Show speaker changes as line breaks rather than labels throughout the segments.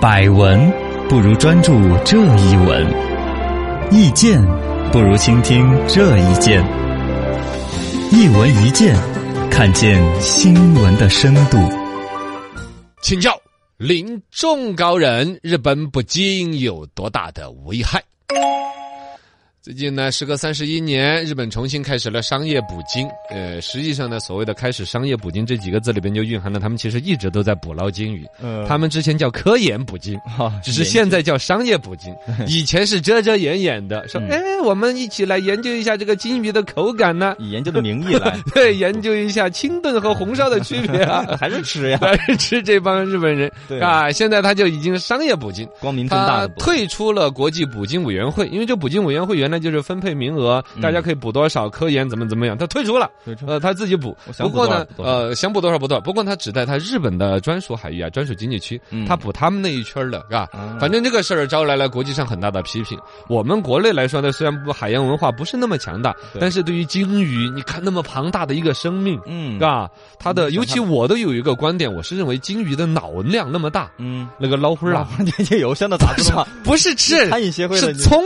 百闻不如专注这一闻，意见不如倾听这一见。一闻一见，看见新闻的深度。
请教临终高人，日本不禁有多大的危害？最近呢，时隔三十一年，日本重新开始了商业捕鲸。呃，实际上呢，所谓的开始商业捕鲸这几个字里边就蕴含了他们其实一直都在捕捞鲸鱼。
呃
他们之前叫科研捕鲸，只是现在叫商业捕鲸，以前是遮遮掩掩的，说哎，我们一起来研究一下这个鲸鱼的口感呢、
以研究的名义来，
对，研究一下清炖和红烧的区别啊。
还是吃 呀？
但是吃这帮日本人
对
啊，现在他就已经商业捕鲸，
光明正大
他
的不
退出了国际捕鲸委员会，因为这捕鲸委员会原来就是分配名额，
嗯
大家可以捕多少，科研怎么怎么样，他退出了，
退出
呃，他自己捕
我。想
不
捕
过
多少
呢
捕，多少
呃，想捕多少捕多少，不过他只在他日本的专属海域啊，专属经济区
嗯，
他捕他们那一圈儿的，是吧？
啊
反正这个事儿招来了国际上很大的批评。我们国内来说呢，虽然不海洋文化不是那么强大，
对
但是对于鲸鱼，你看那么庞大的一个生命，
嗯
啊，它的
嗯
尤
想
其我都有一个观点，我是认为鲸鱼的脑量那么大，
嗯，
那个捞灰
不是
儿
啊
啊，，
这这邮箱的咋知道？
不是吃，
餐饮协会的
是
你
聪，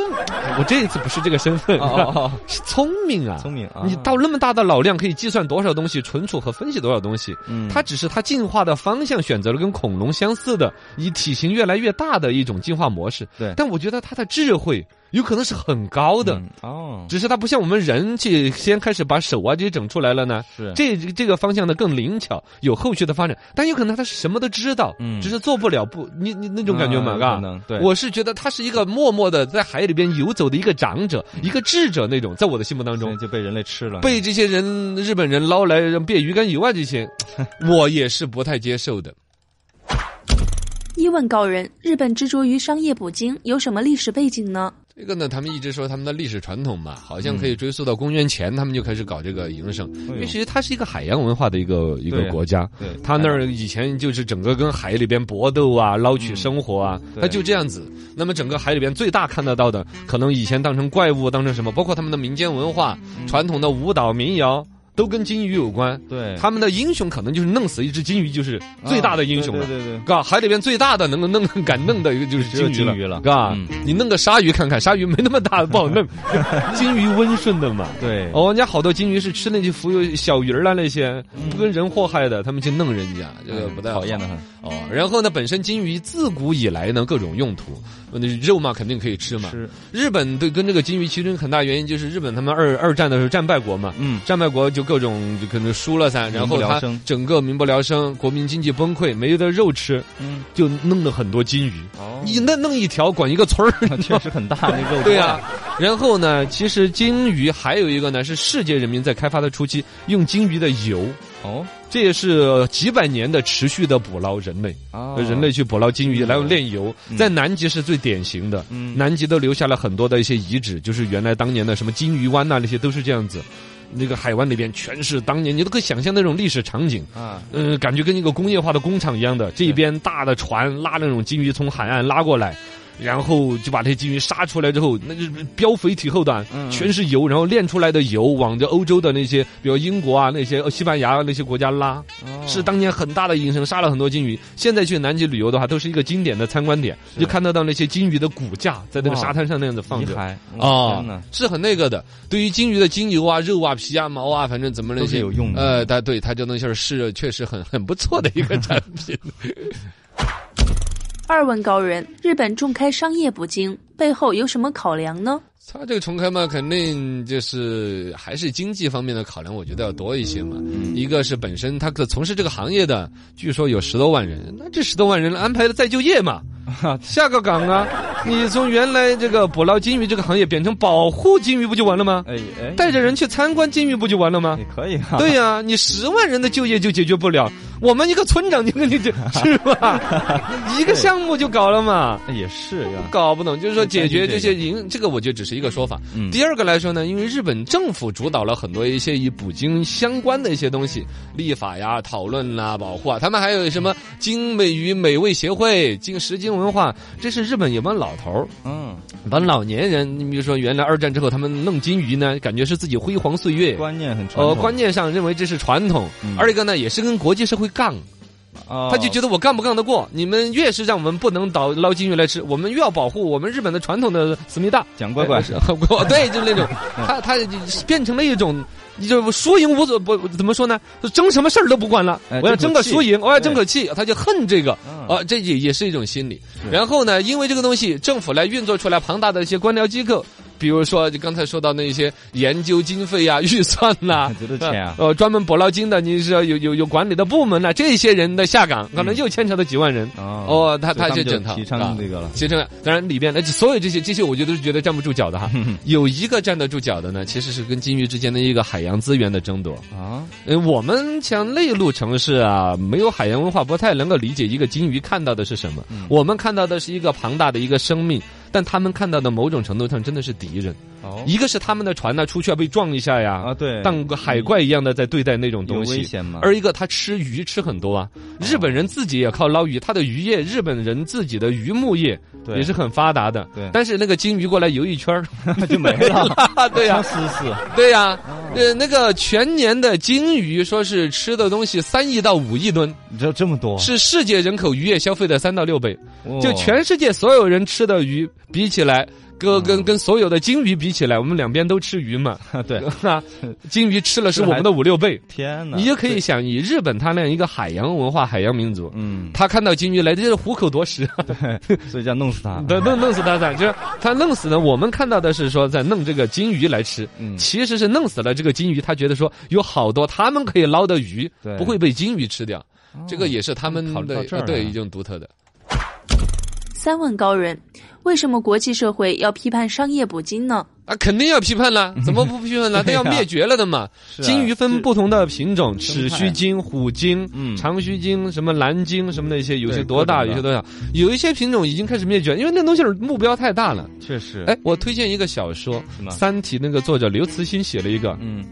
我这一次不是这个身份，
哦哦哦
是聪明啊，
聪明啊
你到那么大的脑量，可以计算多少东西，存储和分析多少东西。
嗯
它只是它进化的方向选择了跟恐龙相似的，以体型越来越大的一种进化模式。
对
但我觉得它的智慧有可能是很高的，
嗯哦，
只是它不像我们人去先开始把手啊这些整出来了呢，
是
这这个方向呢更灵巧，有后续的发展。但有可能他是什么都知道，
嗯
只是做不了不，你你那种感觉嘛，
嗯
嘎、
可能对
我是觉得他是一个默默的在海里边游走的一个长者，一个智者那种，在我的心目当
所以
中。
就被人类吃了，
被这些人日本人捞来让变鱼竿以外 这些，我也是不太接受的。
一问高人，日本执着于商业捕鲸有什么历史背景呢？
这个呢，他们一直说他们的历史传统嘛，好像
嗯
可以追溯到公元前，他们就开始搞这个营生，因
哎呦
为其实它是一个海洋文化的一个一个
对啊
国家。
对
他那儿以前就是整个跟海里边搏斗啊、捞取生活啊，
嗯对
他就这样子。那么整个海里边最大看得到的，可能以前当成怪物，当成什么，包括他们的民间文化、
嗯
传统的舞蹈、民谣，都跟金鱼有关。
对
他们的英雄可能就是弄死一只金鱼，就是最大的英雄
啊
了
对。对对对
嘎，海里边最大的能够弄敢弄的一个就是
只有
金鱼了，
鲸鱼了
嘎、
嗯
你弄个鲨鱼看看，鲨鱼没那么大，不好 弄。金鱼温顺的嘛，
对
哦，人家好多金鱼是吃那些浮游小鱼儿啦，那些不跟人祸害的，他们去弄人家，这个不太好
嗯讨厌的很，
哦。然后呢，本身金鱼自古以来呢各种用途，呃那肉嘛肯定可以吃嘛。
吃
日本对跟这个金鱼其中很大原因就是日本他们二二战的时候战败国嘛，
嗯
战败国就各种就可能输了噻，然后
民不聊
他
生
整个民不聊生，国民经济崩溃，没得肉吃，
嗯
就弄了很多金鱼。
哦
你那弄一条管一个村儿，
确实很大那肉多，
对啊，然后呢，其实鲸鱼还有一个呢，是世界人民在开发的初期用鲸鱼的油，
哦
这也是几百年的持续的捕捞人类，
啊
人类去捕捞鲸鱼
嗯
来炼油，
嗯
在南极是最典型的。
嗯
南极都留下了很多的一些遗址，就是原来当年的什么金鱼湾呐、啊那些都是这样子。那个海湾里边全是当年，你都可以想象那种历史场景，
啊
嗯，感觉跟一个工业化的工厂一样的，这边大的船拉那种金鱼从海岸拉过来，然后就把这些金鱼杀出来之后，那就是膘肥体厚的
嗯嗯，
全是油，然后炼出来的油往着欧洲的那些，比如英国啊、那些呃西班牙啊那些国家拉，
哦
是当年很大的营生，杀了很多金鱼。现在去南极旅游的话，都是一个经典的参观点，
是
就看得到那些金鱼的骨架在那个
哇
沙滩上那样子放
遗
着。
骸
哦
天哪，
是很那个的。对于金鱼的精油啊、肉啊、皮啊、毛啊，反正怎么那
都是
些
有用的
呃，它对它这东西是确实很很不错的一个产品。
二问高人，日本重开商业捕鲸背后有什么考量呢？
它这个重开嘛，肯定就是还是经济方面的考量，我觉得要多一些嘛。一个是本身他可从事这个行业的，据说有十多万人，那这十多万人安排了再就业嘛，下个岗啊，你从原来这个捕捞金鱼这个行业变成保护金鱼不就完了吗？
哎哎
带着人去参观金鱼不就完了吗
也？可以啊
对呀、你十万人的就业就解决不了，我们一个村长就跟你这是吧？一个项目就搞了嘛。
哎也是啊
搞不懂，就是说解决这些
担
营，这个我觉得只是一个说法。
嗯
第二个来说呢，因为日本政府主导了很多一些与捕鲸相关的一些东西，立法呀、讨论啦、保护啊，他们还有什么鲸美与美味协会、鲸食鲸文化，这是日本有帮老头儿、
嗯
帮老年人。你比如说，原来二战之后他们弄鲸鱼呢，感觉是自己辉煌岁月，
观念很传
呃，
统
观念上认为这是传统
嗯，
二一个呢也是跟国际社会杠。
哦
他就觉得我干不干得过？你们越是让我们不能倒捞金鱼来吃，我们越要保护我们日本的传统的思密达。
讲乖乖
哎， 我对，就是那 种，他他就是变成了一种，就是输赢无所不怎么说呢？就争什么事儿都不管了
哎，
我要
争
争
口
个
气
输赢，我要争口气，他就恨这个
嗯
啊，这也也是一种心理。
是
然后呢，因为这个东西，政府来运作出来庞大的一些官僚机构。比如说，就刚才说到那些研究经费呀、预算呐、
很多的钱啊
呃，专门捕捞金的，你是要有有有管理的部门呐、这些人的下岗，可
嗯
能又牵扯到几万人。
哦，
哦，他
所以
他
们
是
就
整套
提
啊
倡这个了，
其实这个当然里边，那所有这些这些，我觉得是觉得站不住脚的哈。
嗯
有一个站得住脚的呢，其实是跟金鱼之间的一个海洋资源的争夺。
啊，
呃，我们像内陆城市啊，没有海洋文化，不太能够理解一个金鱼看到的是什么。
嗯
我们看到的是一个庞大的一个生命，但他们看到的某种程度上真的是敌人。
哦
一个是他们的船呢、出去要被撞一下呀，
啊，对，
当个海怪一样的在对待那种
有
东
危
西。
险吗？
而一个他吃鱼吃很多啊，日本人自己也靠捞鱼，他的渔业，日本人自己的渔牧业
对
也是很发达的。
对
但是那个金鱼过来游一圈儿，
就没了，
啊，对呀、
死死，
对呀、
哦
呃，那个全年的金鱼说是吃的东西三亿到五亿吨，
你知道这么多，
是世界人口渔业消费的三到六倍。
哦
就全世界所有人吃的鱼比起来，
嗯
跟跟跟所有的金鱼比起来，我们两边都吃鱼嘛，
对，
那金鱼吃了是我们的五六倍。
天哪，
你就可以想，以日本它那样一个海洋文化、海洋民族，
嗯，
他看到金鱼来，这是虎口夺 食，
所以叫弄死他，
对弄弄死他噻，就是他弄死呢。我们看到的是说在弄这个金鱼来吃，
嗯
其实是弄死了这个金鱼。他觉得说有好多他们可以捞的鱼
对哦
不会被金鱼吃掉，这个也是他们
考虑到
的
这儿
呃对
了
一种独特的。
三问高人：为什么国际社会要批判商业捕鲸呢？
啊，肯定要批判啦！怎么不批 判啦？
嗯
那
对呀
要灭绝了的嘛！
是啊
金鱼分不同的品种，
生
齿
态
须鲸、虎鲸、
嗯
长须鲸、什么蓝鲸、什么那些，有些
对
多大，
各种
有些
的
多小。有一些品种已经开始灭绝，因为那东西儿目标太大了。
确实，
哎，，我推荐一个小说
什么
《三体》，那个作者刘慈欣写了一个，
嗯，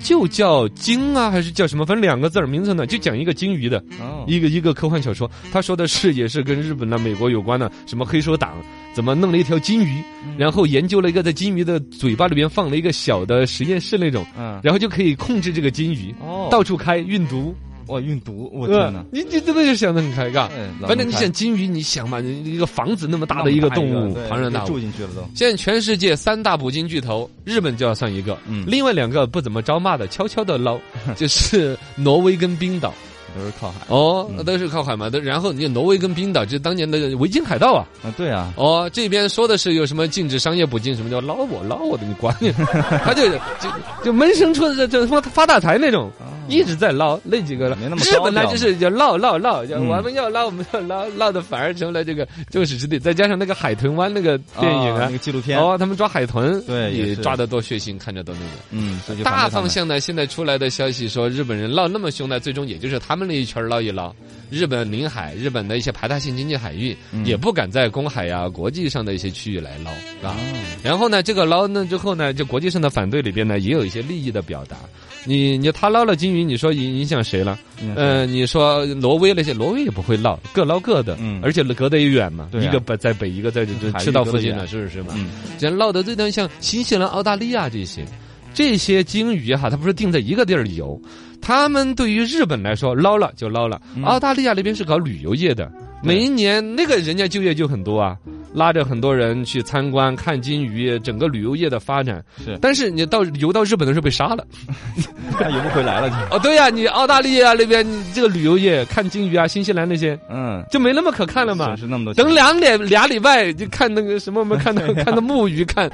就叫鲸啊，还是叫什么？反正两个字儿，名字呢就讲一个鲸鱼的
哦，
一个一个科幻小说。他说的是也是跟日本呢、美国有关的，什么黑手党怎么弄了一条鲸鱼，
嗯
然后研究了一个在鲸鱼的嘴巴里边放了一个小的实验室那种，
嗯，
然后就可以控制这个鲸鱼
哦，
到处开运毒。
哇，运毒，我
呃
天哪，
你你真的是想的很开尬
哎。老
反正你
厉害
想鲸鱼，你想嘛，你一个房子那么大的一个动物，
对
庞然大
就
物
住。进去了都，
现在全世界三大捕鲸巨头，日本就要算一个，
嗯
另外两个不怎么招骂的，悄悄的捞， 就是挪威跟冰岛。
都是靠海
哦
嗯，
都是靠海嘛。都然后你挪威跟冰岛，就是当年的维京海盗啊。
啊，对啊，
哦，这边说的是有什么禁止商业捕鲸，什么叫捞我捞我的，你管 你，他就就就闷声出这这发发大财那种。一直在捞那几个了
没那，么
日本
高
呢
调
就是叫捞捞捞，叫
嗯
我们要捞我们要捞，捞的反而成了这个众矢之的。再加上那个海豚湾那个电影
啊
啊
那，个纪录片，
哦，他们抓海豚，
对也
也
是
抓得多血腥，看着多那个。
嗯，所以就
大
防
方
备
向呢，现在出来的消息说，日本人闹那么凶呢，最终也就是他们那一圈儿捞一捞。日本领海、日本的一些排他性经济海域，
嗯
也
哦
不敢在公海呀、国际上的一些区域来捞啊。然后呢，这个捞那之后呢，就国际上的反对里边呢，也有一些利益的表达。你你他捞了金鱼，你说影影响谁了？
他们，嗯，
呃，你说挪威那些，挪威也不会闹，各捞各的，
嗯
而且隔得也远嘛，
对啊
一个北在北，一个在这这
海域
赤道
隔
附
得
近啊
远
呢，是不是嘛？
嗯
人闹得最多像新西兰、澳大利亚这些，这些鲸鱼啊哈，它不是定在一个地儿游，他们对于日本来说捞了就捞了，
嗯
澳大利亚那边是搞旅游业的。
对
每一年那个人家就业就很多啊，拉着很多人去参观看鲸鱼，整个旅游业的发展。
是
但是你到游到日本的时候被杀了。
他游不回来了就，
哦，对呀、你澳大利亚那边你这个旅游业看鲸鱼啊，新西兰那些
嗯，
就没那么可看了嘛
损。失那么多钱，
等两点俩礼拜就看那个什么，我们看 到看到木鱼看，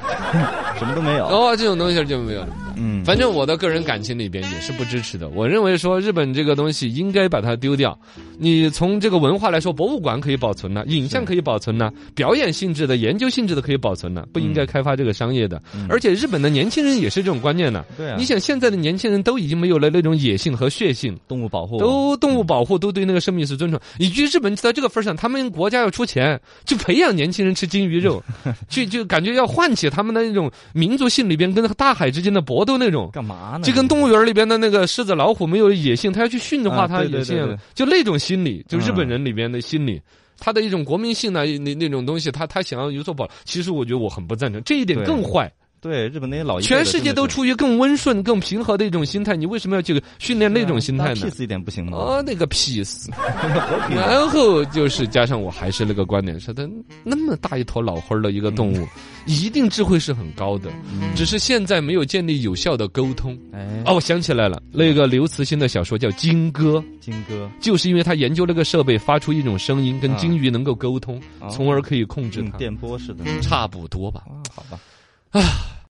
什么都没有，
哦，这种东西就没有了。
嗯，
反正我的个人感情里边也是不支持的。我认为说日本这个东西应该把它丢掉。你从这个文化来说，博物馆可以保存呢、影像可以保存呢、表演性质的、研究性质的可以保存呢、不应该开发这个商业的。而且日本的年轻人也是这种观念呢、
对啊，
嗯你想现在的年轻人都已经没有了那种野性和血性，
动物保护
都动物保护，都对那个生命是尊重。你去日本到这个份儿上，他们国家要出钱去培养年轻人吃金鱼肉，去就感觉要唤起他们的那种民族性里边跟大海之间的搏斗那种。
干嘛呢？
就跟动物园里边的那个狮子、老虎没有野性，他要去驯
啊
化它
对对
野
对
性
对，
就那种心理，就日本
嗯
人里边的心理，他啊的一种国民性呢，那那种东西，他他想要有所保。其实我觉得我很不赞成，这一点
对
更坏。
对，日本那些老一辈的
全世界都处于更温顺、更平和的一种心态，你为什么要去训练那
啊
种心态呢？
，peace 一点不行吗？
哦，那个 peace，
和平啊
然后就是加上我还是那个观点，说它那么大一坨脑花儿的一个动
嗯
物，一定智慧是很高的，只是现在没有建立有效的沟通。
哎，
哦，我想起来了，那个刘慈欣的小说叫《鲸歌》，
金哥，
就是因为他研究那个设备发出一种声音，跟
啊
鲸鱼能够沟通，
哦
从而可以控制
用
它，
电波似的
嗯
哦
差不多吧。
啊，好吧，